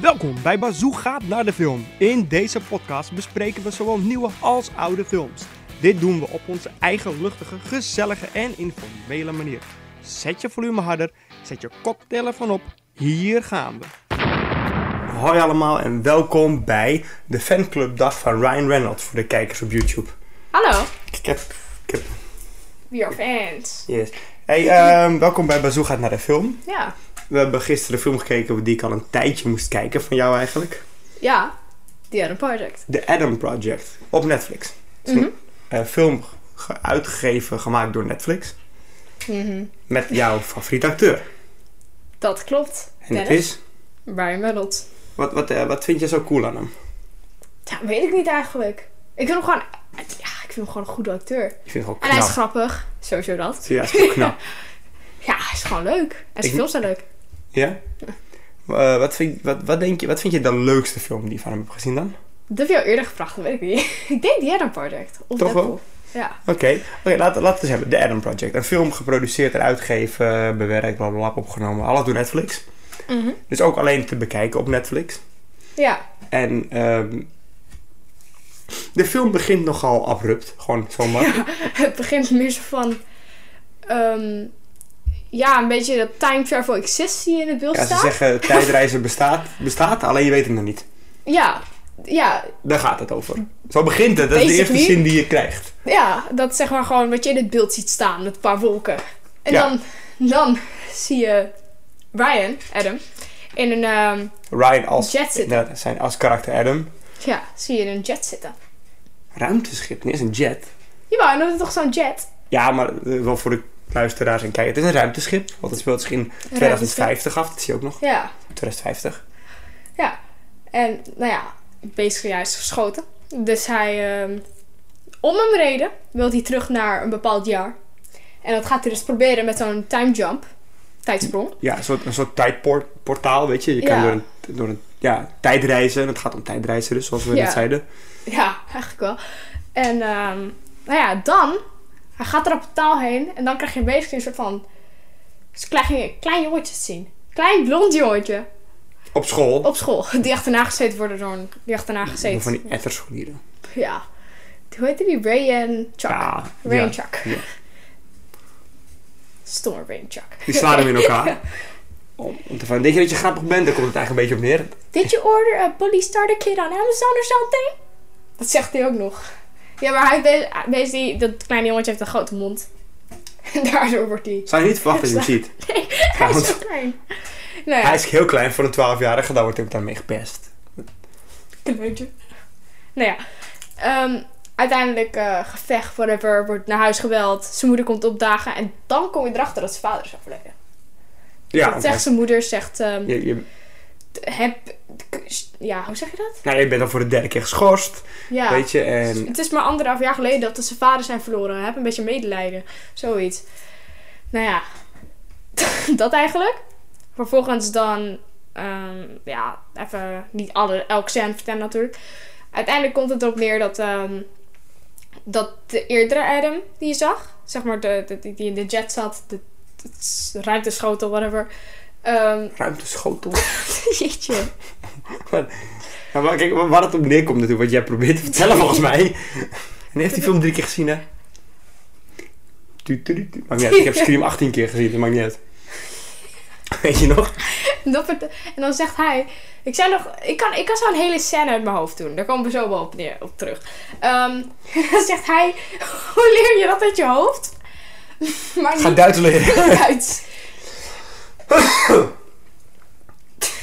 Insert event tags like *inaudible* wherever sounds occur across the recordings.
Welkom bij Bazoo gaat naar de film. In deze podcast bespreken we zowel nieuwe als oude films. Dit doen we op onze eigen luchtige, gezellige en informele manier. Zet je volume harder, zet je cocktail ervan op. Hier gaan we. Hoi allemaal en welkom bij de fanclubdag van Ryan Reynolds voor de kijkers op YouTube. Hallo, Ik heb, ik heb, we are fans. yes. Hey, ehm, welkom bij Bazoo gaat naar de film. Ja, We hebben gisteren een film gekeken die ik al een tijdje moest kijken van jou eigenlijk. ja, The Adam Project. The Adam Project op Netflix. Het is Mhm. een eh, film ge- uitgegeven, gemaakt door Netflix. Mhm. Met jouw favoriete acteur. Dat klopt, En Dennis. het is. Ryan Reynolds. Wat, wat, eh, wat vind je zo cool aan hem? Ja, weet ik niet eigenlijk. Ik vind hem gewoon... Ja, ik vind hem gewoon een goede acteur. Ik vind het En gewoon hij knap. is grappig, sowieso dat. Ja, hij is gewoon knap. *laughs* Ja, hij is gewoon leuk. En zijn Ik- films zijn leuk. ja? Eh, wat, vind, wat, wat, denk je, wat vind je de leukste film die je van hem hebt gezien dan? Dat heb je al eerder gevraagd, dat weet ik niet. *laughs* ik denk The Adam Project. Of Toch wel? Deadpool. Ja. Oké, oké, laten we het eens hebben. The Adam Project. Een film geproduceerd en uitgegeven, bewerkt, blablabla, opgenomen. Alles door Netflix. Mhm. Dus ook alleen te bekijken op Netflix. Ja, En ehm, de film begint nogal abrupt, gewoon zomaar. het begint meer zo van... ehm, ja, een beetje dat time travel exists die in het beeld Ja, ze staat. zeggen tijdreizen bestaat, bestaat, alleen je weet het nog niet. Ja, ja, Daar gaat het over. Zo begint het, dat is de eerste Basically. zin die je krijgt. Ja, dat zeg maar gewoon wat je in het beeld ziet staan met een paar wolken. En Ja. dan, dan zie je Ryan, Adam, in een, ehm, Ryan als, Jet zitten. nou, dat zijn als karakter Adam. ja, zie je in een jet zitten. Ruimteschip, nee, is een jet. Jawel, en dat is toch zo'n jet? Ja, maar eh, wel voor de luisteraars en kijkers. Het is een ruimteschip, want het speelt zich in 2050 af. Dat zie je ook nog, Ja, 2050. ja. En nou ja, basically hij is geschoten. Dus hij, ehm, om een reden, wil hij terug naar een bepaald jaar. En dat gaat hij dus proberen met zo'n time jump, tijdsprong. Ja, een soort, een soort tijdportaal, weet je. Je kan Ja. door een, door een ja, tijdreizen, en het gaat om tijdreizen dus, zoals we Ja. net zeiden. *laughs* Ja, eigenlijk wel. En ehm, nou ja, dan, hij gaat er op een taal heen en dan krijg je basically een soort van, dus krijg je een klein jongetje te zien. Klein blond jongetje Op school. op school, *laughs* die achterna gezeten worden door een, die achterna gezeten. Van die etterscholieren. Ja. Hoe heette die? Ray en Chuck. Ja, Ray ja. en Chuck. Ja. Stomme Ray en Chuck. Die slaan *laughs* hem in elkaar. Om, om te van, denk je dat je grappig bent? Daar komt het eigenlijk een beetje op neer. Did you order a bully starter kit on Amazon or something? Dat zegt hij ook nog. Ja, maar hij heeft be- be- die, dat kleine jongetje heeft een grote mond. *laughs* En daardoor wordt hij... Zou je niet verwachten als je hem ziet. Nee, hij is want- zo klein. Nou ja, Hij is heel klein voor een 12-jarige, daar wordt hij ook daarmee gepest. kleintje. Nou ja, ehm, uiteindelijk eh, gevecht, whatever, wordt naar huis geweld. Zijn moeder komt opdagen en dan kom je erachter dat zijn vader is overleden. Ja, dat want zegt hij- zijn moeder, zegt... ehm, je, je, heb, ja, hoe zeg je dat? nou, je bent al voor de derde keer geschorst, Ja. weet je. En Het is maar anderhalf jaar geleden dat zijn vader zijn verloren. Heb een beetje medelijden. Zoiets. Nou ja, *laughs* dat eigenlijk. Vervolgens dan, ehm, ja, even niet alle, elk scène vertellen natuurlijk. Uiteindelijk komt het erop neer dat, ehm, dat de eerdere Adam die je zag, zeg maar de, de- die- die in de jet zat, de, de ruimteschotel, whatever. Ehm, *laughs* ruimteschotel. jeetje. Ja, maar kijk, waar het op neerkomt natuurlijk, wat jij probeert te *laughs* vertellen volgens mij. En heeft die film drie keer gezien, hè? Tu, tu, tu, tu. Maakt niet uit, ik heb Scream 18 keer gezien, dat maakt niet uit. Weet je nog? *laughs* Dat vert- en dan zegt hij... Ik, zei nog, ik, kan, ik kan zo'n hele scène uit mijn hoofd doen. Daar komen we zo wel op, neer, op terug. Ehm, *laughs* dan zegt hij... *laughs* Hoe leer je dat uit je hoofd? *laughs* maar Ga niet Duits leren. *laughs* uit.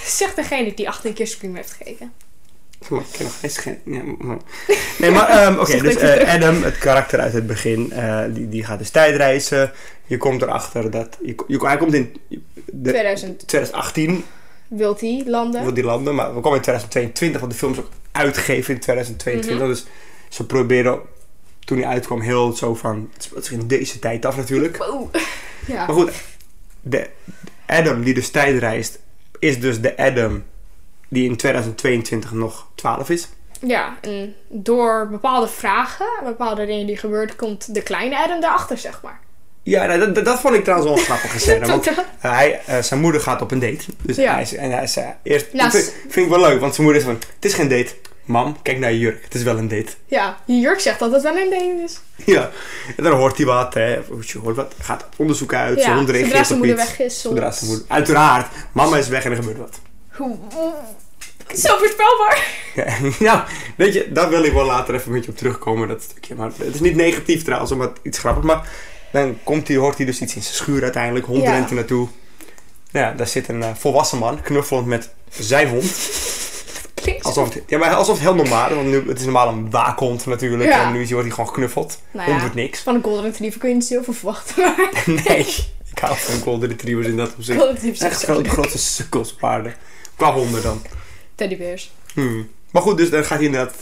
zegt degene die 18 keer Scream heeft gekeken. *laughs* Maar ik ken nog geen schen- ja, maar- Nee, maar ehm, *laughs* oké, Zeg dus dat je eh, terug- Adam, het karakter uit het begin, eh, die, die gaat dus tijdreizen. Je komt erachter dat... Je, ko- je, ko- hij komt in de, 2000 2018, wilt hij landen. wil die landen, maar we komen in 2022, want de film is ook uitgegeven in 2022. Dus ze probeerden toen hij uitkwam heel zo van... Het speelt zich in deze tijd af natuurlijk. Wow. *laughs* Ja. Maar goed, de Adam die dus tijdreist, is dus de Adam die in 2022 nog 12 is. ja, en door bepaalde vragen... Bepaalde dingen die gebeuren... Komt de kleine Adam daarachter, zeg maar. Ja, nou, dat, dat, dat vond ik trouwens wel een *laughs* grappige scène. want Tot- hij, eh, zijn moeder gaat op een date. Dus Ja. hij, is- en hij zei eerst... Nou, dat vind, vind ik wel leuk, want zijn moeder is van... Het is geen date. Mam, kijk naar je jurk. Het is wel een date. *laughs* Ja, je jurk zegt dat het wel een ding is. Ja. En dan hoort hij wat. Hè. Of Je hoort wat. Gaat onderzoek uit. zijn ja, hond zodra reageert zijn op moeder iets. weg is. Zodra zijn moeder... Uiteraard. Mama is weg en er gebeurt wat. Hoe- hoe- Zo voorspelbaar. *laughs* *laughs* Ja, nou, weet je, daar wil ik wel later even met je op terugkomen, dat stukje. Maar het is niet negatief trouwens, omdat het iets grappig. Maar dan komt hij, hoort hij dus iets in zijn schuur uiteindelijk. Hond Ja. rent er naartoe. Nou ja, daar zit een eh, volwassen man, knuffelend met zijn hond. Klinkt zo- Alsof het, ja, maar alsof het heel normaal is, want nu, het is normaal een waakhond natuurlijk. Ja. En nu is- wordt hij gewoon geknuffeld. Nou Hond ja, doet niks. *laughs* van een golden retriever kun je niet zoveel verwachten. *laughs* Maar nee, ik hou van golden retrievers in dat opzicht. golden retrievers zijn Echt zo grote, leuk. grote sukkels paarden. Qua honden dan. Teddybeers. Hmm. Maar goed, dus dan gaat hij inderdaad.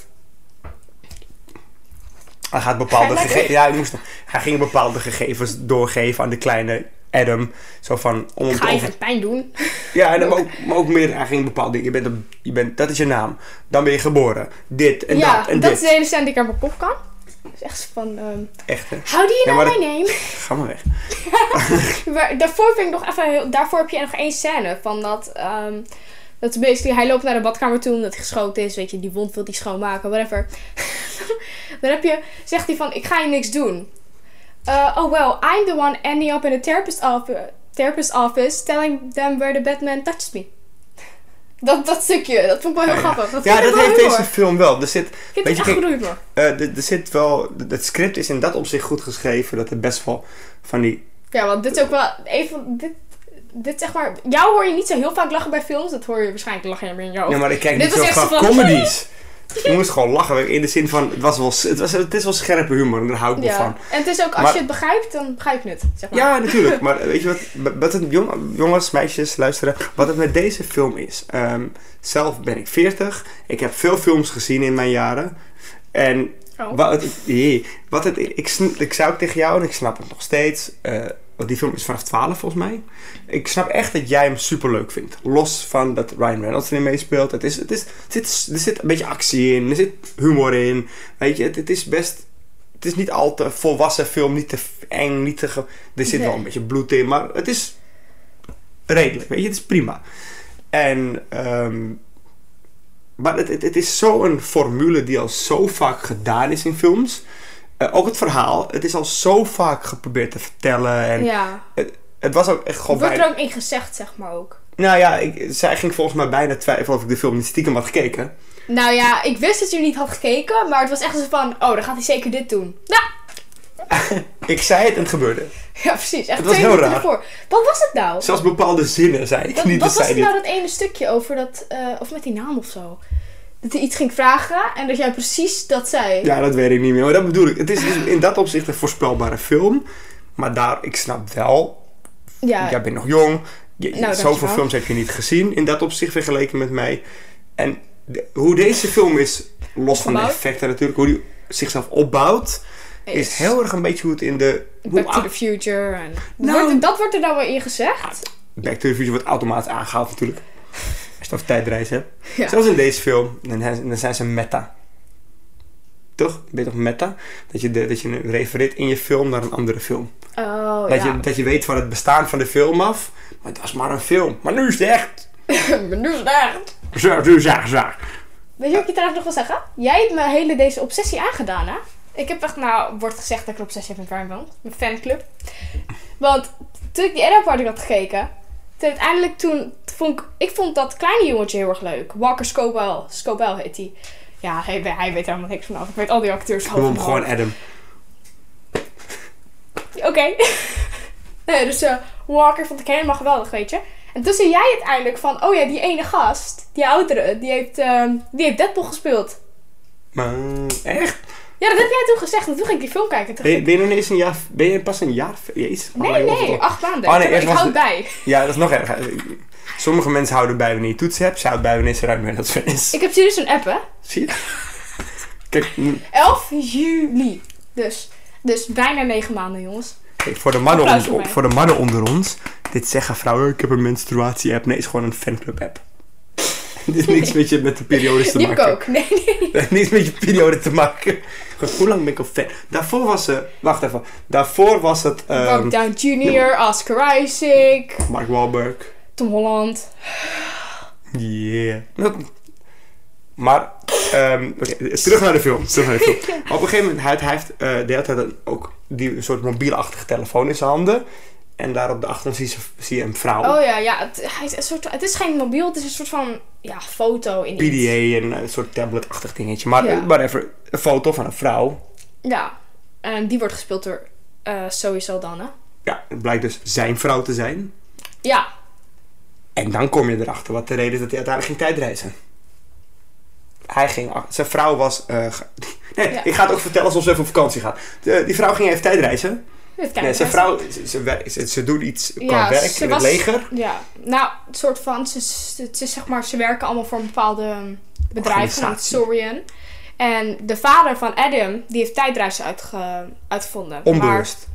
Hij gaat bepaalde Ga je gegevens. lekker? Ja, hij, moest, hij ging bepaalde gegevens doorgeven aan de kleine Adam. Zo van. Om hem Ga te je over- geen pijn doen? Ja, en dan maar ook, maar ook meer. Hij ging bepaalde dingen. Je bent, een- je bent, dat is je naam. Dan ben je geboren. Dit en ja, dat en dat dit. is de hele scène die ik aan mijn kop kan. Dat is echt van, ehm Echt, hè? how do you Ja, know maar my name? Ga maar weg. Maar daarvoor vind ik nog even heel- daarvoor heb je nog één scène van dat ehm, dat basically hij loopt naar de badkamer toe omdat hij geschoten is, weet je, die wond wil hij schoonmaken, whatever. *laughs* Dan heb je zegt hij van ik ga je niks doen. Uh, oh well, I'm the one ending up in a therapist, office, therapist office telling them where the Batman touched me. *laughs* Dat, dat stukje, dat vond ik wel heel grappig. Dat Ja, dat heeft deze deze. film wel. Er zit, Ik vind Weet het je, echt kijk- goed humor. eh, er er zit wel. Het script is in dat opzicht goed geschreven. Dat er best wel van die Ja, want dit is ook wel even dit, dit zeg maar. Jou hoor je niet zo heel vaak lachen bij films. Dat hoor je waarschijnlijk lachen je meer in jou. Ja, maar ik kijk Dit niet zo was echt graag zo van- eh, comedies. Je moest gewoon lachen. In de zin van, het, was wel, het, was, het is wel scherpe humor en daar hou ik wel Ja, van. en het is ook als Maar- je het begrijpt, dan begrijp je het, zeg maar. Ja, natuurlijk. Maar weet je wat, wat het, jong- jongens, meisjes, luisteren. Wat het met deze film is. Ehm, zelf ben ik 40. Ik heb veel films gezien in mijn jaren. En Oh. Wat het, jee. wat het, ik, sn- ik zou ook tegen jou, en ik snap het nog steeds. eh, want die film is vanaf 12 volgens mij. Ik snap echt dat jij hem super leuk vindt. Los van dat Ryan Reynolds erin meespeelt. Het is, het is, het zit, er zit een beetje actie in. Er zit humor in. Weet je, het, het is best. Het is niet al te volwassen film. Niet te f- eng. Niet te ge- er zit Nee. wel een beetje bloed in. Maar het is redelijk. Weet je, het is prima. En. ehm, maar het, het, het is zo'n formule die al zo vaak gedaan is in films. Eh, ook het verhaal. Het is al zo vaak geprobeerd te vertellen. En ja. Het was ook echt gewoon wordt bijna... er ook in gezegd, zeg maar ook. Nou ja, ik, zij ging volgens mij bijna twijfelen of ik de film niet stiekem had gekeken. Nou ja, ik wist dat je niet had gekeken, maar het was echt zo van, oh, dan gaat hij zeker dit doen. Nou, Ik zei het en het gebeurde. *laughs* ja, precies. Echt Het was twee heel minuten raar. ervoor. Wat was het nou? Zelfs bepaalde zinnen zei ik Dat, niet. wat dat zij was het dit. nou dat ene stukje over dat, eh, of met die naam of zo? Dat hij iets ging vragen en dat jij precies dat zei. Ja, dat weet ik niet meer. Maar dat bedoel ik. Het is dus in dat opzicht een voorspelbare film. Maar daar, ik snap wel Ja, jij bent nog jong. Je, Nou, dankjewel. zoveel films heb je niet gezien in dat opzicht vergeleken met mij. En de- hoe deze film is, los van de Opgebouwd. effecten natuurlijk, hoe die zichzelf opbouwt, is is heel erg een beetje hoe het in de. hoe Back to au- the Future. En... Nou. Wordt er- dat wordt er nou wel in gezegd. Back to the Future wordt automatisch aangehaald natuurlijk. Als je het over tijdreis hebt. Ja. Zelfs in deze film, dan, he- dan zijn ze meta. Toch? Ben je toch meta? Dat je, de- dat je refereert in je film naar een andere film. Oh, dat, ja. je, dat je weet van het bestaan van de film af. Maar dat is maar een film. Maar nu is het echt. *laughs* Nu is het dus echt. Zo, zo, zo, zo. Weet je wat ik je trouwens nog wil zeggen? Jij hebt me hele deze obsessie aangedaan, hè? Ik heb echt, nou, wordt gezegd dat ik een obsessie heb met Ryan Reynolds, mijn fanclub. Want toen ik die Edda Party had gekeken, toen uiteindelijk toen vond ik, ik vond dat kleine jongetje heel erg leuk. Walker Scobell, Scobell heet hij. Ja, hij, weet- hij weet helemaal niks vanaf. Ik weet al die acteurs Noem hem van. gewoon Adam. Oké. *laughs* nee, dus eh, Walker vond ik helemaal geweldig, weet je. En toen zei jij uiteindelijk van, oh ja, die ene gast, die oudere, die heeft, ehm, die heeft Deadpool gespeeld. Maar echt? Ja, dat heb jij toen gezegd. En toen ging ik die film kijken. Toen Ben je, ben je nog niet eens een jaar... Ben je pas een jaar... Jezus. Nee, Lang of nee, het al- acht maanden. Oh, nee, Ik- eerst ik was hou de- bij. Ja, dat is nog erg. Sommige mensen houden bij wanneer je toetsen hebt. Zij houden bij wanneer ze eruit met dat fan is. Ik heb serieus een app, hè? Zie je? Kijk, nu- 11 juli. Dus, dus bijna negen maanden, jongens. kijk, voor, de mannen Applaus onder, voor voor de mannen onder ons... Dit zeggen vrouwen, ik heb een menstruatie-app. Nee, het is gewoon een fanclub-app. *laughs* Dit heeft niks met, je, met de *laughs* periodes te Die heb ik maken. *laughs* ook. Nee, nee. Dat heeft niks met je periode te maken. Goed, Hoe lang ben ik al fan? Daarvoor was ze... Wacht even. Daarvoor was het... ehm, Mark Down Jr., Oscar Isaac, Mark Wahlberg. Tom Holland. Yeah. Dat- Maar... ehm, Oké, terug naar de film. Terug naar de *laughs* film. Op een gegeven moment, hij, hij heeft eh, de hele tijd een- ook die soort mobielachtige telefoon in zijn handen. En daar op de achtergrond zie je, zie je een vrouw. Oh ja, ja. Het, hij is een soort, het is geen mobiel, het is een soort van ja, foto in iets. PDA en een soort tabletachtig dingetje. Maar, Ja. maar even een foto van een vrouw. Ja. En die wordt gespeeld door eh sowieso dan, hè? Ja, het blijkt dus zijn vrouw te zijn. Ja. En dan kom je erachter wat de reden is dat hij uiteindelijk ging tijdreizen. Hij ging... ach- Zijn vrouw was... eh, ge- *laughs* nee, Ja. ik ga het ook vertellen alsof ze even op vakantie gaat. De- die vrouw ging even tijdreizen. Kijk, Nee, zijn vrouw... Ze, ze, wer- ze, ze doet iets qua Ja, werk ze in was- het leger. Ja. Nou, het soort van, ze, ze, ze- zeg maar, ze werken allemaal voor een bepaalde bedrijf, genaamd Organisatie. Saurian. En de vader van Adam, die heeft tijdreizen uitge, uitgevonden. Maar Onbewust.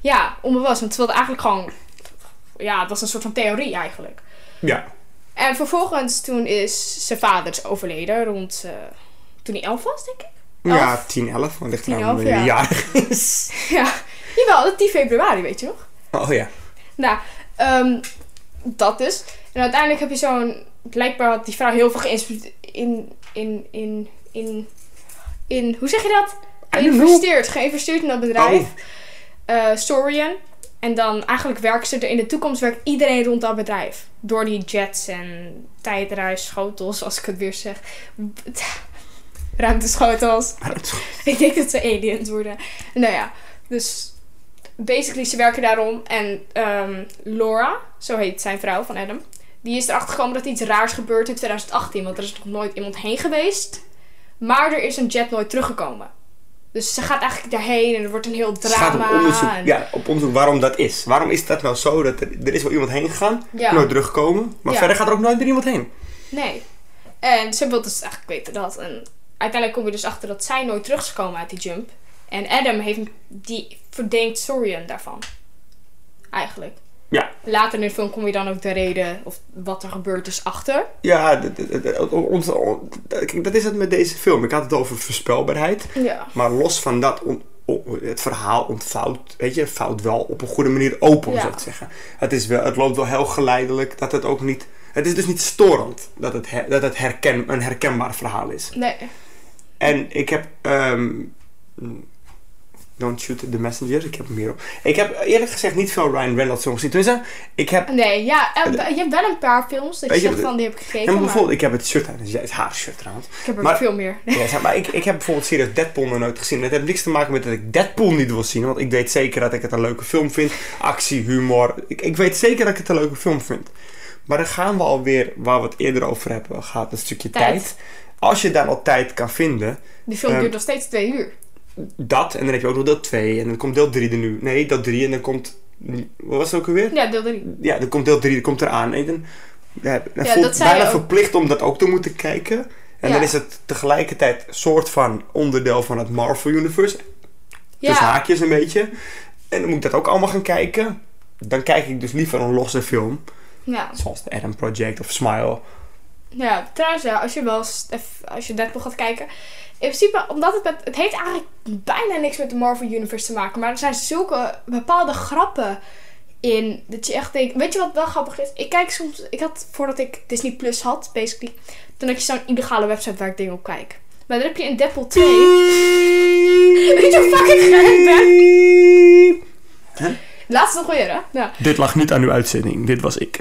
Ja, onbewust. Want ze wilden eigenlijk gewoon... Ja, het was een soort van theorie eigenlijk. Ja. En vervolgens toen is zijn vader is overleden rond... eh, toen hij elf was, denk ik. *laughs* Ja, Elf. 10, 11. Want ligt Tien, eraan elf, wanneer je ja. jarig is. Ja, jawel, dat 10 februari, weet je nog? Oh ja. Nou, ehm, dat dus. En uiteindelijk heb je zo'n... Blijkbaar had die vrouw heel veel geïnspireerd... In, in, in, in, in... Hoe zeg je dat? I don't know. Geïnvesteerd. Geïnvesteerd in dat bedrijf. Oh. eh Saurian. En dan eigenlijk werkt ze er in de toekomst werkt iedereen rond dat bedrijf. Door die jets en tijdreis, schotels, als ik het weer zeg. Ruimteschotels. Maar het is goed. *laughs* Ik denk dat ze aliens worden. Nou ja, dus basically ze werken daarom. En ehm, Laura, zo heet zijn vrouw van Adam, die is erachter gekomen dat er iets raars gebeurt in 2018. Want er is nog nooit iemand heen geweest. Maar er is een jet nooit teruggekomen. Dus ze gaat eigenlijk daarheen en er wordt een heel Het gaat drama. om onderzoek. en- Ja, op onderzoek waarom dat is. Waarom is dat nou zo dat er, er is wel iemand heen gegaan, Ja. nooit teruggekomen, maar Ja. verder gaat er ook nooit meer iemand heen. Nee. En ze wil dus eigenlijk weten dat. En uiteindelijk kom je dus achter dat zij nooit terug is gekomen uit die jump. En Adam heeft, die verdenkt Saurian daarvan. Eigenlijk. Ja. Later in de film kom je dan ook de reden of wat er gebeurd is achter. Ja, d- d- d- ons- on- kijk, dat is het met deze film. Ik had het over voorspelbaarheid. Ja. Maar los van dat, on- on- het verhaal ontvouwt, weet je, vouwt wel op een goede manier open, om Ja. zo te zeggen. Het, is wel, het loopt wel heel geleidelijk dat het ook niet... Het is dus niet storend dat het, her- dat het herken, een herkenbaar verhaal is. Nee. En ik heb. ehm, don't shoot the messenger. Ik heb hem hier op. Ik heb eerlijk gezegd niet veel Ryan Reynolds films gezien. Tenminste, ik heb. Nee, ja. eh, je hebt wel een paar films dat je Weet je zegt wat- van die heb ik gekeken. En maar bijvoorbeeld, ik heb het shirt aan. Het is het haar shirt trouwens. ik heb er maar- veel meer. Ja, zeg maar ik, ik heb bijvoorbeeld serieus Deadpool nog nooit gezien. Dat heeft niks te maken met dat ik Deadpool niet wil zien. Want ik weet zeker dat ik het een leuke film vind. Actie, humor. Ik, ik weet zeker dat ik het een leuke film vind. Maar dan gaan we alweer, waar we het eerder over hebben, gaat een stukje tijd. Tijd. Als je daar al tijd kan vinden, Die film Ehm, duurt nog steeds twee uur. dat en dan heb je ook nog deel 2 en dan komt deel 3 er nu. Nee, deel 3 en dan komt. Wat was het ook alweer? Ja, deel drie. Ja, dan komt deel 3, komt eraan. En dan, ja, dan Ja, voel dat ik zei je bijna ook. verplicht om dat ook te moeten kijken. En Ja. dan is het tegelijkertijd soort van onderdeel van het Marvel Universe. Dus Ja. haakjes een beetje. En dan moet ik dat ook allemaal gaan kijken. Dan kijk ik dus liever een losse film. ja. Zoals The Adam Project of Smile. Ja, trouwens, ja, als je wel eens eff- als je Deadpool gaat kijken. In principe, omdat het, met, het heeft eigenlijk bijna niks met de Marvel Universe te maken. Maar er zijn zulke bepaalde grappen in dat je echt denkt. Weet je wat wel grappig is? Ik kijk soms. Ik had voordat ik Disney Plus had, basically. Toen had je zo'n illegale website waar ik dingen op kijk. Maar dan heb je in Deadpool 2. *laughs* *laughs* Weet je hoe fucking gek ben? Laatst nog weer, hè? Nou, Dit lag niet aan uw uitzending. Dit was ik.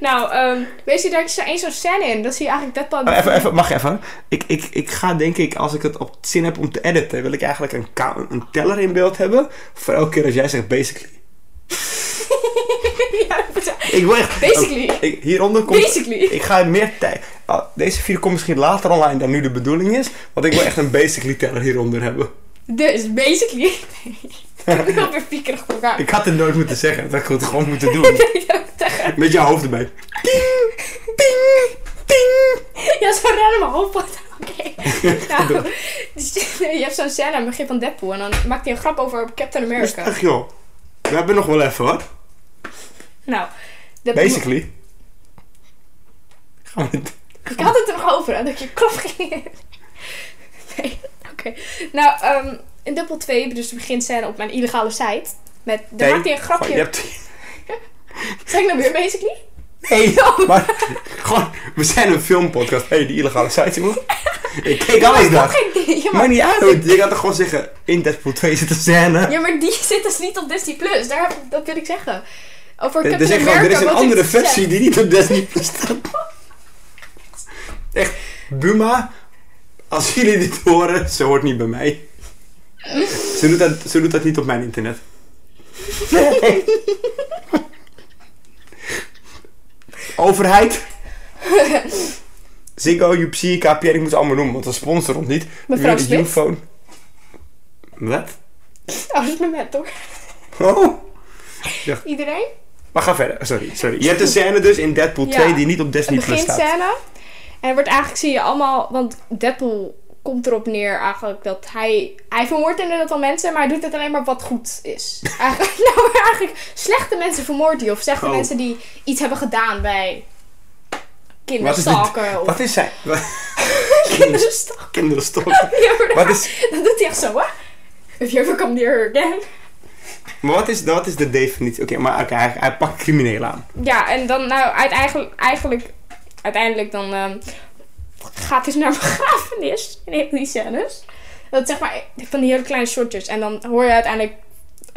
nou ehm, weet je, daar is er één zo'n scène in. Dan zie je eigenlijk Deadpool. Oh, Even, even, mag even. Ik, ik, ik ga denk ik, als ik het op zin heb om te editen, wil ik eigenlijk een, ka- een teller in beeld hebben. Voor elke keer als jij zegt basically. *laughs* ja, dat- Ik wil echt... Basically. Oh, ik- hieronder komt... basically. Ik ga meer tijd... oh, deze vier komt misschien later online dan nu de bedoeling is. Want ik wil echt een basically teller hieronder hebben. *laughs* Dus basically. *laughs* ik heb nu alweer piekerig voor elkaar. Ik had het nooit moeten zeggen. Dat had ik het gewoon moeten *laughs* doen. Met jouw hoofd erbij. Ping, ping, Ja, zo rennen mijn hoofd wat. *laughs* Oké. Nou, Doe. dus je hebt zo'n scène aan het begin van Deadpool en dan maakt hij een grap over Captain ping. America. Ach joh. We hebben nog wel even hoor. Nou, de Basically. Gaan we dit- Ik had het er nog over, hè, dat ik je klap ging. nee, oké. Nou, ehm, in dubbel 2, dus de beginscène op mijn illegale site. Met, daar maakt hij een grapje. Goh, Oh, je hebt- Zeg ik nou weer basically? *laughs* Nee, Ja. maar gewoon, we zijn een filmpodcast. Hé, hey, die illegale site, jongen. Ik keek alles dat daar. ging niet. *laughs* Ja maar, Maar niet uit. Je kan toch gewoon zeggen, in Deadpool 2 zit een scène. ja, maar die *laughs* zit dus niet op Disney+. Plus. Daar, heb- dat wil ik zeggen. Over Er Captain is, gewoon, America, er is een wat andere ik zei. versie die niet op Disney Plus staat. Echt, Buma, als jullie dit horen, ze hoort niet bij mij. Ze doet dat, ze doet dat niet op mijn internet. *laughs* Overheid. Ziggo, Upsi, KPR, ik moet ze allemaal noemen, want dat sponsor ons niet. Mevrouw Jullie Smit? Ufone. Wat? Oh, dat is mijn met, hoor. Oh. Iedereen? Maar ga verder, sorry, sorry. Je hebt een scène dus in Deadpool Ja. 2 die niet op Disney Het Plus staat. beginscène. En er wordt eigenlijk, zie je allemaal, want Deadpool komt erop neer eigenlijk dat hij, hij vermoordt inderdaad al mensen, maar hij doet het alleen maar wat goed *laughs* is. Eigenlijk, *laughs* nou, maar eigenlijk slechte mensen vermoordt hij, of slechte Oh. mensen die iets hebben gedaan bij Wat is dit? kinderstalken. Of Wat is zij? Wat- *laughs* *laughs* kinderstalken. Kinderstalker. Ja, maar Wat is, *laughs* dat doet hij echt zo, hè? If you ever come near her again. maar wat is, wat is de definitie? Oké, maar oké, hij, hij pakt criminelen aan. Ja, en dan nou uiteindelijk, eigenlijk, uiteindelijk dan ehm, gaat hij naar *laughs* een begrafenis in heel die scènes. Dat zeg maar van die hele kleine shortjes. En dan hoor je uiteindelijk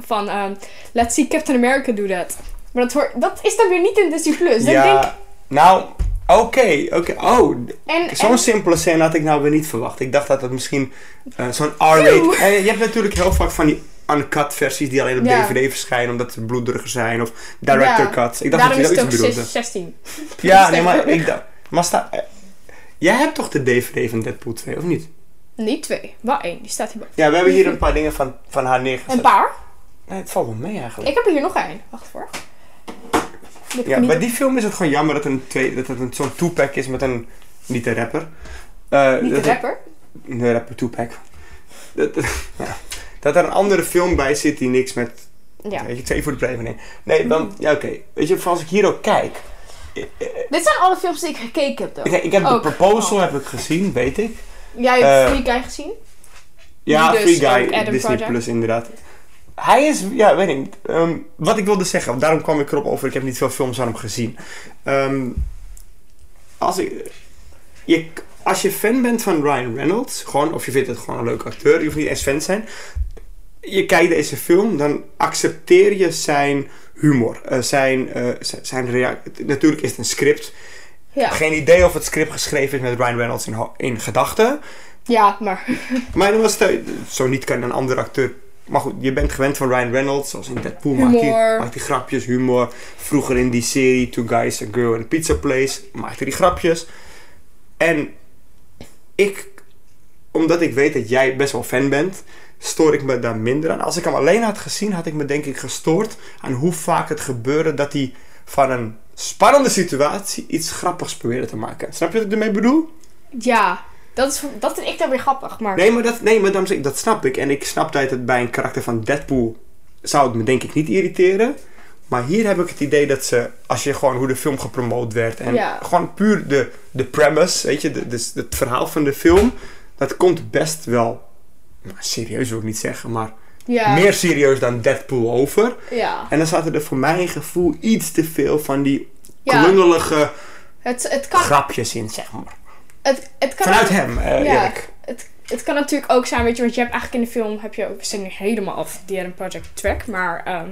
van ehm, Let's see Captain America do that. Maar dat, hoor, dat is dan weer niet in Disney Plus. Dan ja, Dus denk, nou, oké, oké. Oh, d- en, zo'n en- simpele scène had ik nou weer niet verwacht. Ik dacht dat het misschien eh, zo'n R-rated... Eeuw. En je hebt natuurlijk heel vaak van die uncut versies die alleen op Ja. DVD verschijnen omdat ze bloederiger zijn of director Ja. cuts. Ik dacht daarom dat is je het dat ook iets bedoelde. 6- 16. Ja, Dus nee, dat- maar ik dacht... Maar sta, eh, jij hebt toch de DVD van Deadpool 2, of niet? Niet twee, maar één. Die staat hierboven. Ja, we hebben hier een paar dingen van, van haar neergezet. Een paar. Nee, het valt wel mee eigenlijk. Ik heb er hier nog één. Wacht voor. Die heb ik Ja, niet- bij die film is het gewoon jammer dat, een twee, dat het een, zo'n two-pack is met een... Niet de rapper. Eh, niet de dat- rapper. Nee, rapper two-pack. Dat, dat- ja. dat er een andere film bij zit die niks met Ja. Mhm. Weet je, twee voor de prijs nee. Nee, dan, ja, oké. Weet je, als ik hier ook kijk. Oh. Ik, Dit zijn alle films die ik gekeken heb, ik, toch? ik heb Ook. de oh. proposal heb ik gezien, weet ik. Jij hebt Eh, Free Guy gezien? Ja, Die dus Free Guy, ook Adam Disney Project. Plus inderdaad. Hij is, ja, weet ik niet. Ehm, wat ik wilde zeggen, daarom kwam ik erop over. Ik heb niet veel films aan hem gezien. Ehm, als, ik, je, als je fan bent van Ryan Reynolds, gewoon, of je vindt het gewoon een leuke acteur, je hoeft niet eens fan te zijn. Je kijkt deze film, dan accepteer je zijn humor. eh, zijn eh, zijn- zijn react- Natuurlijk is het een script. Ja. Geen idee of het script geschreven is met Ryan Reynolds in, ho- in gedachten. Ja, maar. Maar dan was het, eh, zo niet kan een andere acteur. Maar goed, je bent gewend van Ryan Reynolds, zoals in Deadpool. Maakt hij, Humor. maakt hij grapjes, humor. Vroeger in die serie Two Guys, a Girl and a Pizza Place maakte hij die grapjes. En ik, omdat ik weet dat jij best wel fan bent, stoor ik me daar minder aan. Als ik hem alleen had gezien, had ik me denk ik gestoord aan hoe vaak het gebeurde dat hij van een spannende situatie iets grappigs probeerde te maken. Snap je wat ik ermee bedoel? Ja, dat, is, dat vind ik dan weer grappig. Maar Nee, maar, dat, nee, maar daarom zeg ik, dat snap ik. En ik snap dat het bij een karakter van Deadpool zou het me denk ik niet irriteren. Maar hier heb ik het idee dat ze, als je gewoon hoe de film gepromoot werd en Ja. gewoon puur de, de premise, weet je, de, dus het verhaal van de film, dat komt best wel, nou, serieus wil ik niet zeggen, maar ja, meer serieus dan Deadpool over. ja. En dan zaten er voor mijn gevoel iets te veel van die Ja. klungelige Het, het, kan, grapjes in, zeg maar. het, het, kan, Vanuit hem, eh Ja. Erik. het, het kan natuurlijk ook zijn, weet je, want je hebt eigenlijk in de film, heb je ook, we zijn nu helemaal af, die had een project track, maar ehm,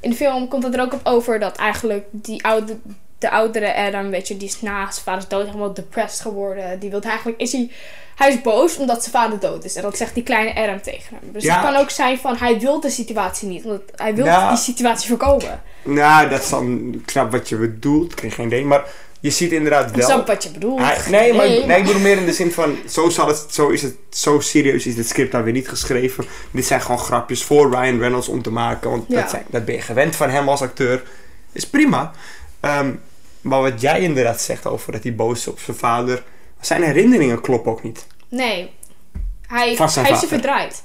in de film komt het er ook op over dat eigenlijk die oude, de oudere Adam, weet je, die is na zijn vaders dood helemaal depressed geworden. Die wil eigenlijk, is hij, hij is boos omdat zijn vader dood is. En dat zegt die kleine Adam tegen hem. Dus Ja. het kan ook zijn van, hij wil de situatie niet, omdat hij wil Ja. die situatie voorkomen. Nou, dat is dan, ik snap wat je bedoelt, ik heb geen idee, maar je ziet inderdaad Ik wel. snap wat je bedoelt. Hij- nee, maar, Nee, nee, ik bedoel meer in de zin van, zo, zal het, zo, is het, zo serieus is dit script daar weer niet geschreven. Dit zijn gewoon grapjes voor Ryan Reynolds om te maken, want Ja. dat, zijn, dat ben je gewend van hem als acteur. Is prima. Ehm, maar wat jij inderdaad zegt over dat hij boos is op zijn vader, zijn herinneringen kloppen ook niet. Nee. Hij, Van zijn hij is er vader. verdraaid.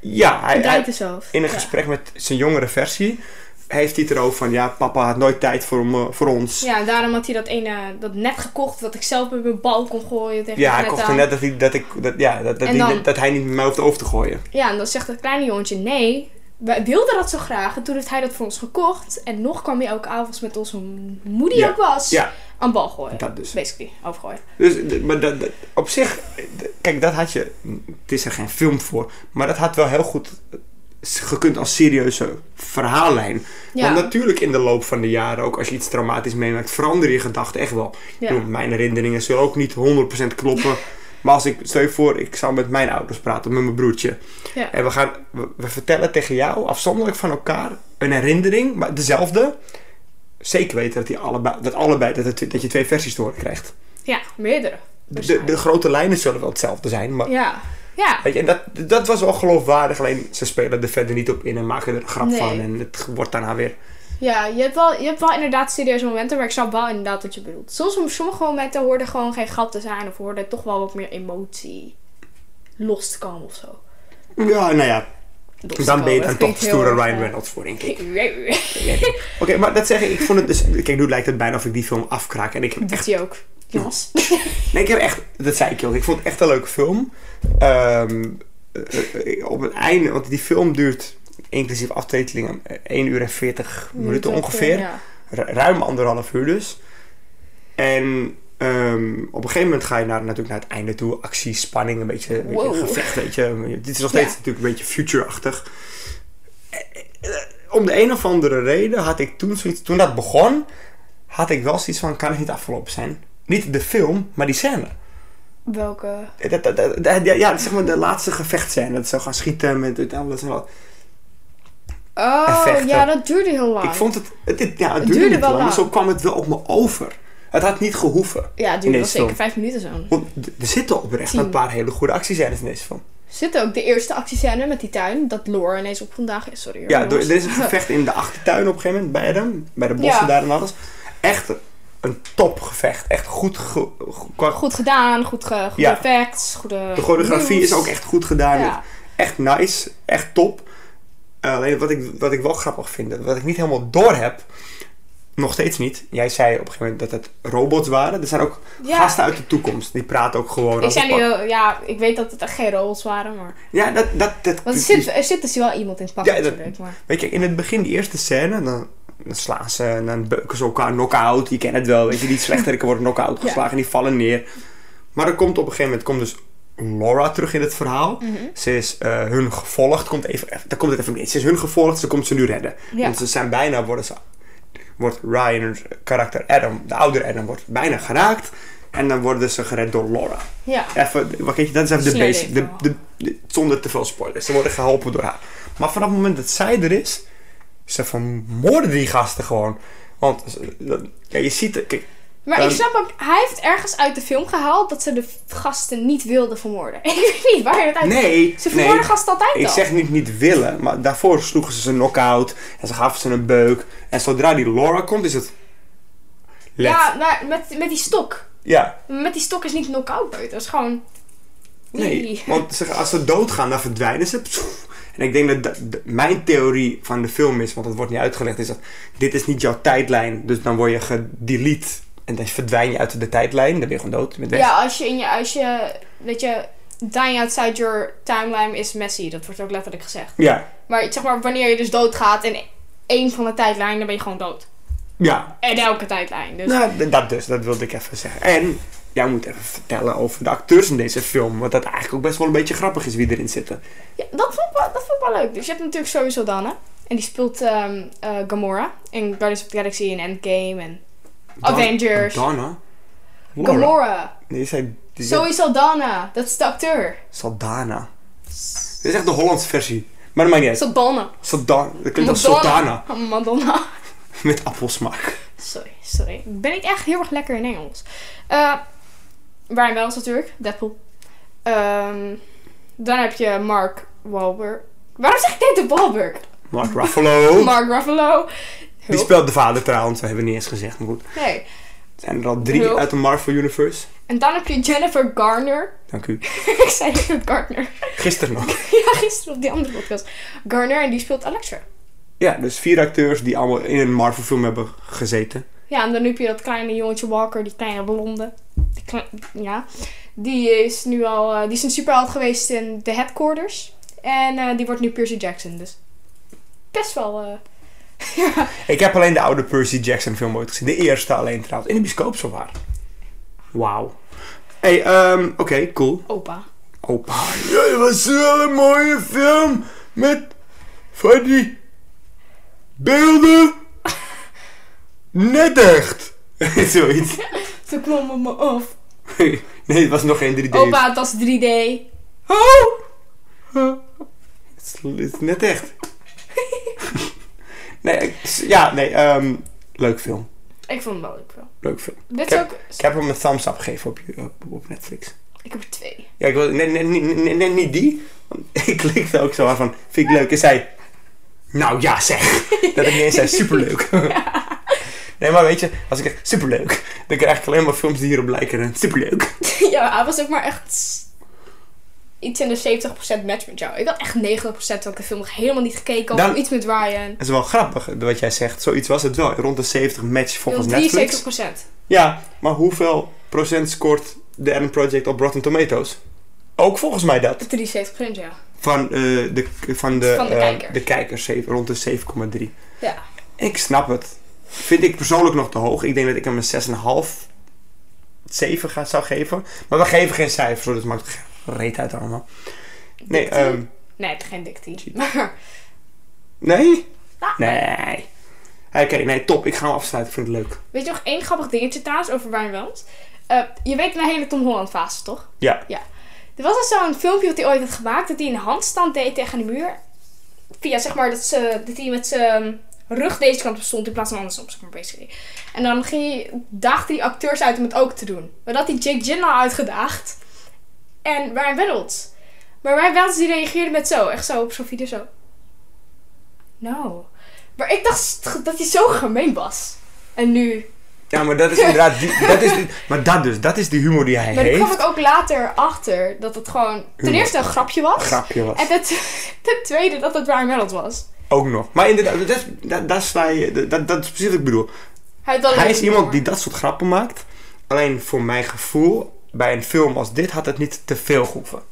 Ja, hij, hij- Verdraait is zelf. in een Ja. gesprek met zijn jongere versie. heeft hij het erover van... Ja, papa had nooit tijd voor, me- voor ons. Ja, Ja, en daarom had hij dat ene, dat net gekocht, dat ik zelf met mijn bal kon gooien tegen het hij net kocht aan. net dat hij, dat, ik, dat, ja, dat, dat, En die- dan- Oh dat hij niet met mij hoefde over te gooien. Ja, en dan zegt dat kleine jongetje nee. Wij wilden dat zo graag. En toen heeft hij dat voor ons gekocht. En nog kwam hij elke avond met onze moeder die Ja, ook was. ja. Aan bal gooien. Dat dus. Basically, overgooien. Dus, d- maar dat, dat- op zich, d- kijk, dat had je. Het is er geen film voor, maar dat had wel heel goed s- gekund als serieuze verhaallijn. Ja. Want natuurlijk in de loop van de jaren, ook als je iets traumatisch meemaakt, veranderen je gedachten echt wel. Ja. Ik bedoel, mijn herinneringen zullen ook niet 100% kloppen. *laughs* Maar als ik, stel je voor, ik zou met mijn ouders praten, met mijn broertje. Ja. En we, gaan, we, we vertellen tegen jou, afzonderlijk van elkaar, een herinnering, maar dezelfde. Zeker weten dat, die allebei, dat, allebei, dat, het- dat je twee versies te horen krijgt. Ja, meerdere. De, de grote lijnen zullen wel hetzelfde zijn, maar... Ja. Ja. Weet je, en dat, dat was wel geloofwaardig, alleen ze spelen er verder niet op in en maken er een grap Nee. van en het wordt daarna weer... Ja, je hebt, wel, je hebt wel inderdaad serieuze momenten, maar ik snap wel inderdaad wat je bedoelt. Soms op sommige momenten hoorde gewoon geen grap te zijn of hoorde toch wel wat meer emotie los te komen of zo. Ja, nou ja, Los te dan ben je dan komen, dat toch klinkt de heel stoere erg, Ryan eh, Reynolds voor, denk ik. Oké, maar dat zeg ik, ik vond het dus... Kijk, nu lijkt het bijna of ik die film afkraak en ik heb Doet echt... hij ook. Jongens. Nee, ik heb echt... Dat zei ik je ook, ik vond het echt een leuke film. Ehm, eh, eh, op het einde, want die film duurt, inclusief aftetelingen, eh, 1 uur en 40 minuten ongeveer. eh, Ja. Ru- ruim anderhalf uur dus. En ehm, op een gegeven moment ga je naar, natuurlijk naar het einde toe. Actie, spanning, een beetje, een beetje Wow. gevecht, weet je. Dit is nog steeds Ja. natuurlijk een beetje future-achtig. Eh, eh, eh, Om de een of andere reden had ik toen zoiets... Toen dat begon, had ik wel zoiets van... Kan het niet afgelopen zijn? Niet de film, maar die scène. Welke? Eh, dat- dat- dat- dat- Ja, zeg maar de laatste gevechtscène. Dat ze gaan schieten met het alles en wat. En Oh, vechten. ja, dat duurde heel lang. Ik vond het... Het, het- ja, het Oh. Het duurde, duurde niet wel lang, maar lang. zo kwam het wel op me over. Het had niet gehoeven. ja, het in duurde wel deze zeker film. vijf minuten zo. Want d- er zitten oprecht Tien. een paar hele goede actiescènes in deze film. Zit ook de eerste actiescène met die tuin, dat Lore ineens op vandaag is. Sorry hoor, Ja, door- jongens. er is een *laughs* gevecht in de achtertuin op een gegeven moment bij hem. Bij de bossen Ja. daar en alles. Echt een topgevecht. Echt goed. ge- go- qua- Goed gedaan, goed ge, goede Ja. effects, goede... de choreografie moves. is ook echt goed gedaan. Ja. Echt nice. Echt top. Eh, alleen wat ik, wat ik wel grappig vind. Wat ik niet helemaal door heb. Nog steeds niet. Jij zei op een gegeven moment dat het robots waren. Er zijn ook Ja. gasten uit de toekomst. Die praten ook gewoon. Ik, als zei een nu, pak. wel- ja, ik weet dat het echt geen robots waren, maar... Ja, dat... dat, dat Want er die- zit, er zit dus wel iemand in het pak Ja, dat- natuurlijk, maar... Weet je, in het begin, die eerste scène, dan, dan slaan ze en dan beuken ze elkaar knock-out. Je kent het wel, weet je, die slechteriken worden knock-out geslagen en die vallen neer. Maar er komt op een gegeven moment komt dus Laura terug in het verhaal. Ze is eh, hun gevolgd, komt even, eh, daar komt het even in. Ze is hun gevolgd, ze komt ze nu redden. Ja. Want ze zijn bijna, worden ze, wordt Ryan's karakter Adam, de oudere Adam, wordt bijna geraakt. En dan worden ze gered door Laura. Ja, Even, wacht even, dat is even de Snel basic. De, even. de, de- zonder te veel spoilers. Ze worden geholpen door haar. Maar vanaf het moment dat zij er is, ze vermoorden die gasten gewoon. Want ze- dat- ja, je ziet het. Kijk, maar Ehm, ik snap ook... Hij heeft ergens uit de film gehaald dat ze de gasten niet wilden vermoorden. *laughs* Ik weet niet waar het uit... nee, Ze nee. vermoorden gasten altijd Ik al. zeg niet niet willen, maar daarvoor sloegen ze ze knock-out. En ze gaven ze een beuk. En zodra die Laura komt, is het. Let. Ja, maar met, met die stok. ja. Met die stok is niet knock-out buiten. Dat is gewoon... Nee, Nee. want ze- als ze doodgaan, dan verdwijnen ze. Psoef. En ik denk dat, dat- dat mijn theorie van de film is, want het wordt niet uitgelegd, is dat dit is niet jouw tijdlijn, dus dan word je gedelete. En dan verdwijn je uit de tijdlijn, dan ben je gewoon dood. je bent weg. Ja, als je in je... Als je weet je... Dying outside your timeline is messy. Dat wordt ook letterlijk gezegd. ja, Maar zeg maar, wanneer je dus doodgaat in één van de tijdlijnen, dan ben je gewoon dood. ja. En elke tijdlijn. Dus Nou, d- dat dus, dat wilde ik even zeggen. En jij moet even vertellen over de acteurs in deze film, want dat eigenlijk ook best wel een beetje grappig is wie erin zitten. ja, dat, vond ik wel, dat vond ik wel leuk. Dus je hebt natuurlijk sowieso Dana. En die speelt ehm, eh, Gamora in Guardians of the Galaxy en Endgame en Dan- Avengers. Donna? Laura? Gamora. Nee, je zei... je zei- Sowieso Dana. Dat is de acteur. Saldana. Dit is echt de Hollandse versie. Maar dat maakt niet uit. Saldana. Saldana. Dat klinkt als Madonna. Saldana. Madonna. *laughs* Met appelsmaak. Sorry, sorry. Ben ik echt heel erg lekker in Engels. Eh Ryan Reynolds natuurlijk, Deadpool. Ehm, dan heb je Mark Wahlberg. Waarom zeg ik dit de Wahlberg? *laughs* Mark Ruffalo. Mark Ruffalo. die Hulp. speelt de vader trouwens. We hebben niet eens gezegd, maar goed. Nee. Er zijn er al drie Hulp. uit de Marvel Universe. En dan heb je Jennifer Garner. *laughs* Dank u. ik zei het Garner. *laughs* Gisteren nog. ja, gisteren op die andere podcast. Garner en die speelt Alexa. Ja, dus vier acteurs die allemaal in een Marvel film hebben gezeten. Ja, en dan heb je dat kleine jongetje Walker, die kleine blonde. Die kle- ja. Die is nu al, eh, die is een superheld geweest in de headquarters. En eh, die wordt nu Percy Jackson, dus best wel... eh, ja. Ik heb alleen de oude Percy Jackson film ooit gezien. De eerste alleen trouwens. In de bioscoop zo waar. Wauw. hey, ehm, oké, cool. Opa. Opa. Jij was wel een mooie film met van die *laughs* beelden. Net echt. Zoiets. Toen klom het me af. *laughs* nee, het was nog geen 3D. Opa, dat is 3D. Oh! Het is- het is net echt. *laughs* nee, ik- ja, nee. ehm, leuk film. Ik vond hem wel leuk wel. Leuk film. Dit is Kijk. ook... Ik heb hem een thumbs up gegeven op, op, op Netflix. Ik heb er twee. *laughs* Ja, ik wil nee, nee, nee, nee, nee, niet die. Want *laughs* Ik klikte ook zo aan van, vind ik leuk. En zei, nou ja zeg. Dat ik niet eens zei, superleuk. *laughs* Nee, maar weet je, als ik zeg superleuk, dan krijg ik alleen maar films die hierop lijken. En superleuk. ja, hij was ook maar echt s- iets in de 70% match met jou. Ik had echt 90% dat ik de film nog helemaal niet gekeken had. Dan- Iets met Ryan. Dat is wel grappig wat jij zegt. Zoiets was het wel. Rond de 70 match volgens Netflix. 73%. Ja, maar hoeveel procent scoort The Adam Project op Rotten Tomatoes? Ook volgens mij dat. 73%, ja. Van, eh, de, van, de, Van de eh, kijker. de kijkers, zeven- rond de 7,3. Ja. Ik snap het. Vind ik persoonlijk nog te hoog. Ik denk dat ik hem een 6,5, 7 ga, zou geven. Maar we geven geen cijfers, hoor. dat maakt geen reet uit allemaal. Nee, Dik tien. ehm, Nee, het is geen dik 10. Maar nee? Ah. Nee. Oké, nee, top. Ik ga hem afsluiten. Ik vind het leuk. weet je nog één grappig dingetje trouwens over Ryan Reynolds? Eh, je weet mijn hele Tom Holland fase, toch? Ja. Er was dus zo'n filmpje dat hij ooit had gemaakt. Dat hij een handstand deed tegen de muur. Via zeg maar dat, ze, dat hij met zijn rug deze kant op stond. In plaats van andersom, zeg maar basically. En dan ging hij, daagde hij acteurs uit om het ook te doen. Maar dat had hij Jake Gyllenhaal uitgedaagd. En Ryan Reynolds. Maar Ryan Reynolds die reageerde met zo. Echt zo op zo'n video zo. Nou. Maar ik dacht dat hij zo gemeen was. En nu. Ja, maar *laughs* dat is inderdaad... Die, dat is die- maar dat dus. Dat is die humor die hij Maar daar kwam heeft. ik ook later achter dat het gewoon ten Humor. eerste een grapje was. Grapje was. En ten, ten tweede dat het Ryan Reynolds was. Ook nog. Maar inderdaad, dat, is- dat, dat, sla je, dat, dat is precies wat ik bedoel. Hij, had wel Hij leuk Oh, is iemand humor. die dat soort grappen maakt. Alleen voor mijn gevoel, bij een film als dit had het niet te veel gehoeven.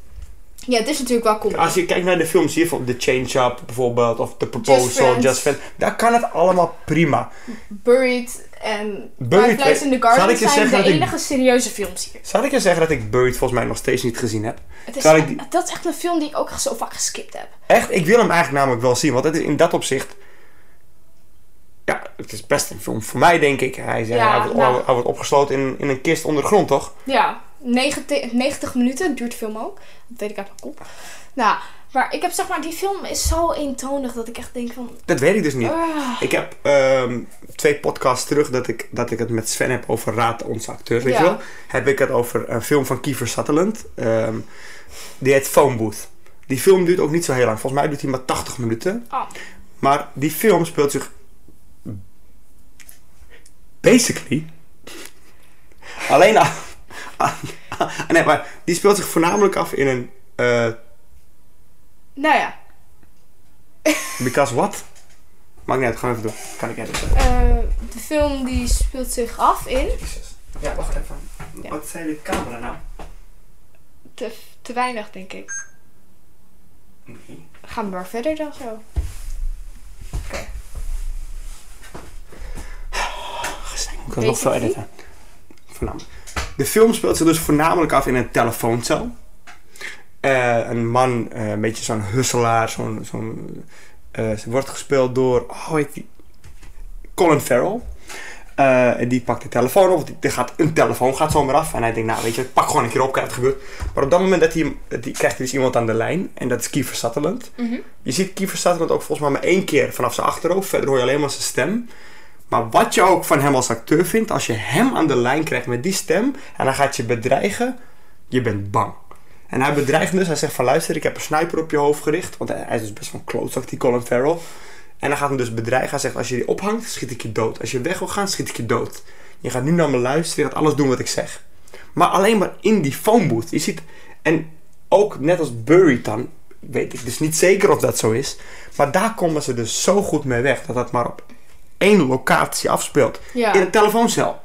Ja, het is natuurlijk wel cool. Als je kijkt naar de films hier van The Change Up bijvoorbeeld, of The Proposal, Just Friends, Friends. daar kan het allemaal prima. Buried en Buried, eh, Five Nights in the zal Garden ik je zijn zeggen de dat ik- enige serieuze films hier. Zal ik je zeggen dat ik Buried volgens mij nog steeds niet gezien heb? Het is, Zal ik die- Dat is echt een film die ik ook echt zo vaak geskipt heb. Echt, ik wil hem eigenlijk namelijk wel zien, want het is in dat opzicht... Ja, het is best een film voor mij, denk ik. Hij, zei, Ja, hij, wordt, nou. hij wordt opgesloten in, in een kist onder de grond, toch? Ja, 90, 90 minuten duurt de film ook. Dat weet ik uit mijn kop. Nou, maar ik heb zeg maar, die film is zo eentonig dat ik echt denk van... Dat weet ik dus niet. ah. Ik heb ehm, twee podcasts terug dat ik, dat ik het met Sven heb over Raad onze acteurs, weet Ja. je wel. Heb ik het over een film van Kiefer Sutherland. ehm, die heet Phone Booth. Die film duurt ook niet zo heel lang. Volgens mij duurt hij maar 80 minuten. Ah. Maar die film speelt zich... Basically... Alleen af... *laughs* nee, maar die speelt zich voornamelijk af in een... eh, Nou ja, because what? Maakt niet uit, gaan we even door. Kan ik even door. eh, de film die speelt zich af in... Ja, wacht even. Ja. Wat zei de camera nou? Te, te weinig, denk ik. Gaan we maar verder dan zo. Moet ik dat nog veel Basically. editen? Voornamelijk. De film speelt zich dus voornamelijk af in een telefooncel. Eh, een man, eh, een beetje zo'n husselaar, zo'n... zo'n, eh, ze wordt gespeeld door... Oh, hoe heet die? Colin Farrell. Eh, en die pakt de telefoon op. Die, die gaat, een telefoon gaat zomaar af. En hij denkt, nou weet je, ik pak gewoon een keer op, kijk wat er gebeurt. Maar op dat moment dat hij, hem- dat hij- krijgt hij dus iemand aan de lijn. En dat is Kiefer Sutherland. Mhm. Je ziet Kiefer Sutherland ook volgens mij maar één keer vanaf zijn achterhoofd. Verder hoor je alleen maar zijn stem. Maar wat je ook van hem als acteur vindt, als je hem aan de lijn krijgt met die stem en hij gaat je bedreigen, je bent bang. En hij bedreigt hem dus, hij zegt van luister, ik heb een sniper op je hoofd gericht, want hij hij is dus best wel een klootzak, die Colin Farrell. En hij gaat hem dus bedreigen, hij zegt als je die ophangt, schiet ik je dood. Als je weg wil gaan, schiet ik je dood. Je gaat nu naar me luisteren, je gaat alles doen wat ik zeg. Maar alleen maar in die phonebooth, je ziet, en ook net als Buried dan, weet ik dus niet zeker of dat zo is. Maar daar komen ze dus zo goed mee weg dat dat maar op één locatie afspeelt. Ja. In een telefooncel.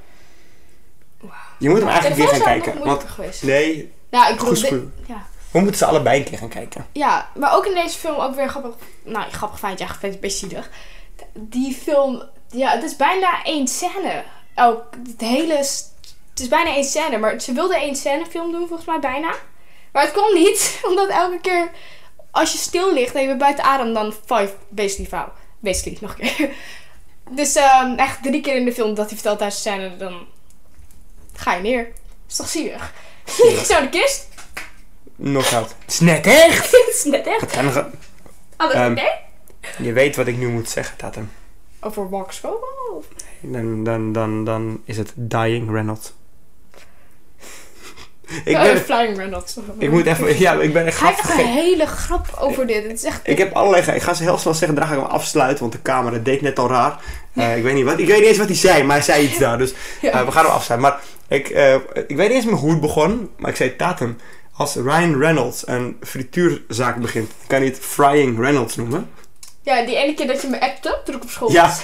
Je moet hem eigenlijk weer gaan kijken. Want, Want geweest. nee, ja, ik bedoel, goed dit- spu- ja. we moeten ze allebei een keer gaan kijken. ja, maar ook in deze film ook weer grappig. Nou, grappig feit, ja, ik vind het best zielig. Die film, ja, het is bijna één scène. Elk, het hele, s- het is bijna één scène. Maar ze wilden één scène film doen, volgens mij bijna. Maar het kon niet, *laughs* omdat elke keer als je stil ligt en je bent buiten adem, dan five Wesley vrouw. Wesley, nog een keer. *laughs* Dus ehm, echt drie keer in de film dat hij vertelt tijdens de scène, dan ga je neer. Is toch zielig? *laughs* Lig je zo in de kist? *laughs* Knockout. Het is net echt. Het is net echt. Wat zijn er ge- Alles Ehm, oké? Je weet wat ik nu moet zeggen, Tatum. Over Mark Scoble? of- Dan, dan, dan, dan is het Dying Reynolds. *laughs* ik, Oh, ben, Flying Reynolds. ik moet even... Ja, ik ben echt Hij heeft echt een vergeten. hele grap over dit. Het is echt... Ik heb allerlei... ge- Ik ga ze heel snel zeggen, daar ga ik hem afsluiten. Want de camera deed net al raar. Eh, ik, weet niet wat, ik weet niet eens wat hij zei, maar hij zei iets daar. Dus eh, we gaan hem afsluiten. Maar ik, eh, ik weet niet eens meer hoe het begon. Maar ik zei, Tatum, als Ryan Reynolds een frituurzaak begint... kan hij het Frying Reynolds noemen. Ja, die ene keer dat je me appte toen ik op school Ja. was.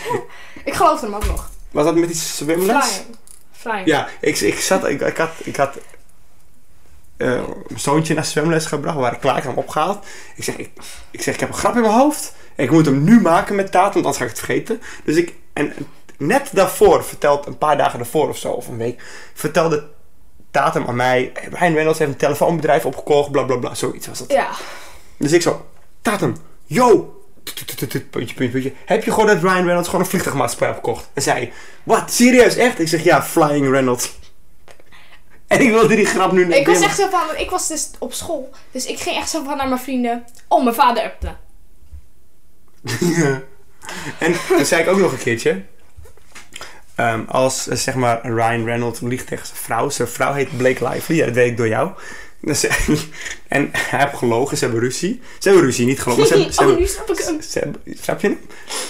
ik geloofde hem ook nog. Was dat met die zwemles? Flying. Flying. Ja, ik, ik zat, ik, ik had, ik had eh, mijn zoontje naar zwemles gebracht, waar ik klaar ik had hem opgehaald. Ik zeg ik, ik zeg, ik heb een grap in mijn hoofd. Ik moet hem nu maken met taart, want anders ga ik het vergeten. Dus ik, en net daarvoor, verteld een paar dagen daarvoor of zo, of een week, vertelde Tatum aan mij, "Hey, Ryan Reynolds heeft een telefoonbedrijf opgekocht, bla bla bla, zoiets was dat. Ja. Dus ik zo, Tatum, yo! Tut, tut, tut, tut, Puntje, puntje, puntje. Heb je gehoord dat Ryan Reynolds gewoon een vliegtuigmaatschappij opkocht? En zei, wat, serieus, echt? Ik zeg, ja, Flying Reynolds. *laughs* En ik wilde die grap nu net Ik was doen. echt zo van... Ik was dus op school. Dus ik ging echt zo van naar mijn vrienden. Oh, mijn vader appte. Ja. En toen zei ik ook nog een keertje. ehm, als eh, zeg maar Ryan Reynolds liegt tegen zijn vrouw. Zijn vrouw heet Blake Lively. Ja, dat weet ik door jou. Dus, *laughs* en hij heeft gelogen. Ze hebben ruzie. Ze hebben ruzie, niet gelogen. maar Ze hebben, ze *laughs* oh, hebben- nu snap ik *laughs* hem. Ze hebben- Snap je hem?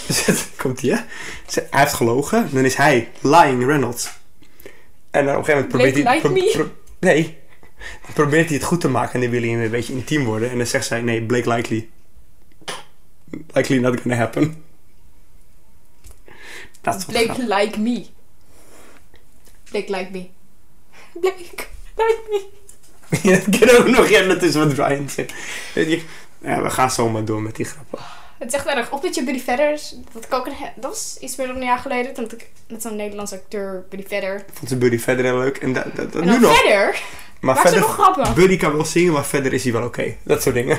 Dus het- komt ie, hè? Ze- hij heeft gelogen. Dan is hij Lying Reynolds. En dan op een gegeven moment probeert Blake hij... Lively? nee. Dan probeert hij het goed te maken. En dan wil hij een beetje intiem worden. En dan zegt zij... Nee, Blake Lively. Likely not gonna happen. Dat is wat grappig. Blake like me. Blake like me. Blake like me. *laughs* Ja, dat ken ik ook nog. Ja, dat is wat Ryan zegt. Weet je, Ja, we gaan zomaar door met die grappen. Het is echt erg. Of met je Buddy Vedders. Dat, ik ook een he- dat was iets meer dan een jaar geleden. Toen had ik met zo'n Nederlandse acteur Buddy Vedder. Ik vond zijn buddy verder heel leuk. En, da, da- da- En nu dan nog. verder. Maar Maak ze nog *laughs* grappen. Buddy kan wel zingen, maar verder is hij wel oké. Dat soort dingen.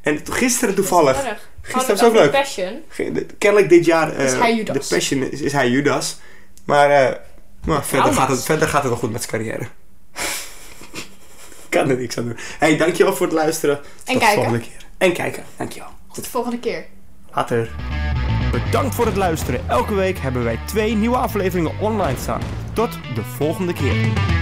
En to- gisteren toevallig. Gisteren was ook leuk. Passion. Ge- de- Kennelijk dit jaar. eh, Is hij Judas? De Passion is, is hij Judas. Maar, eh, maar verder, Trauma's. gaat het, verder gaat het wel goed met zijn carrière. *laughs* kan er niks aan doen. hey, dankjewel voor het luisteren. Tot de kijken. volgende keer. En kijken. Dankjewel. Tot de volgende keer. Later. Bedankt voor het luisteren. Elke week hebben wij twee nieuwe afleveringen online staan. Tot de volgende keer.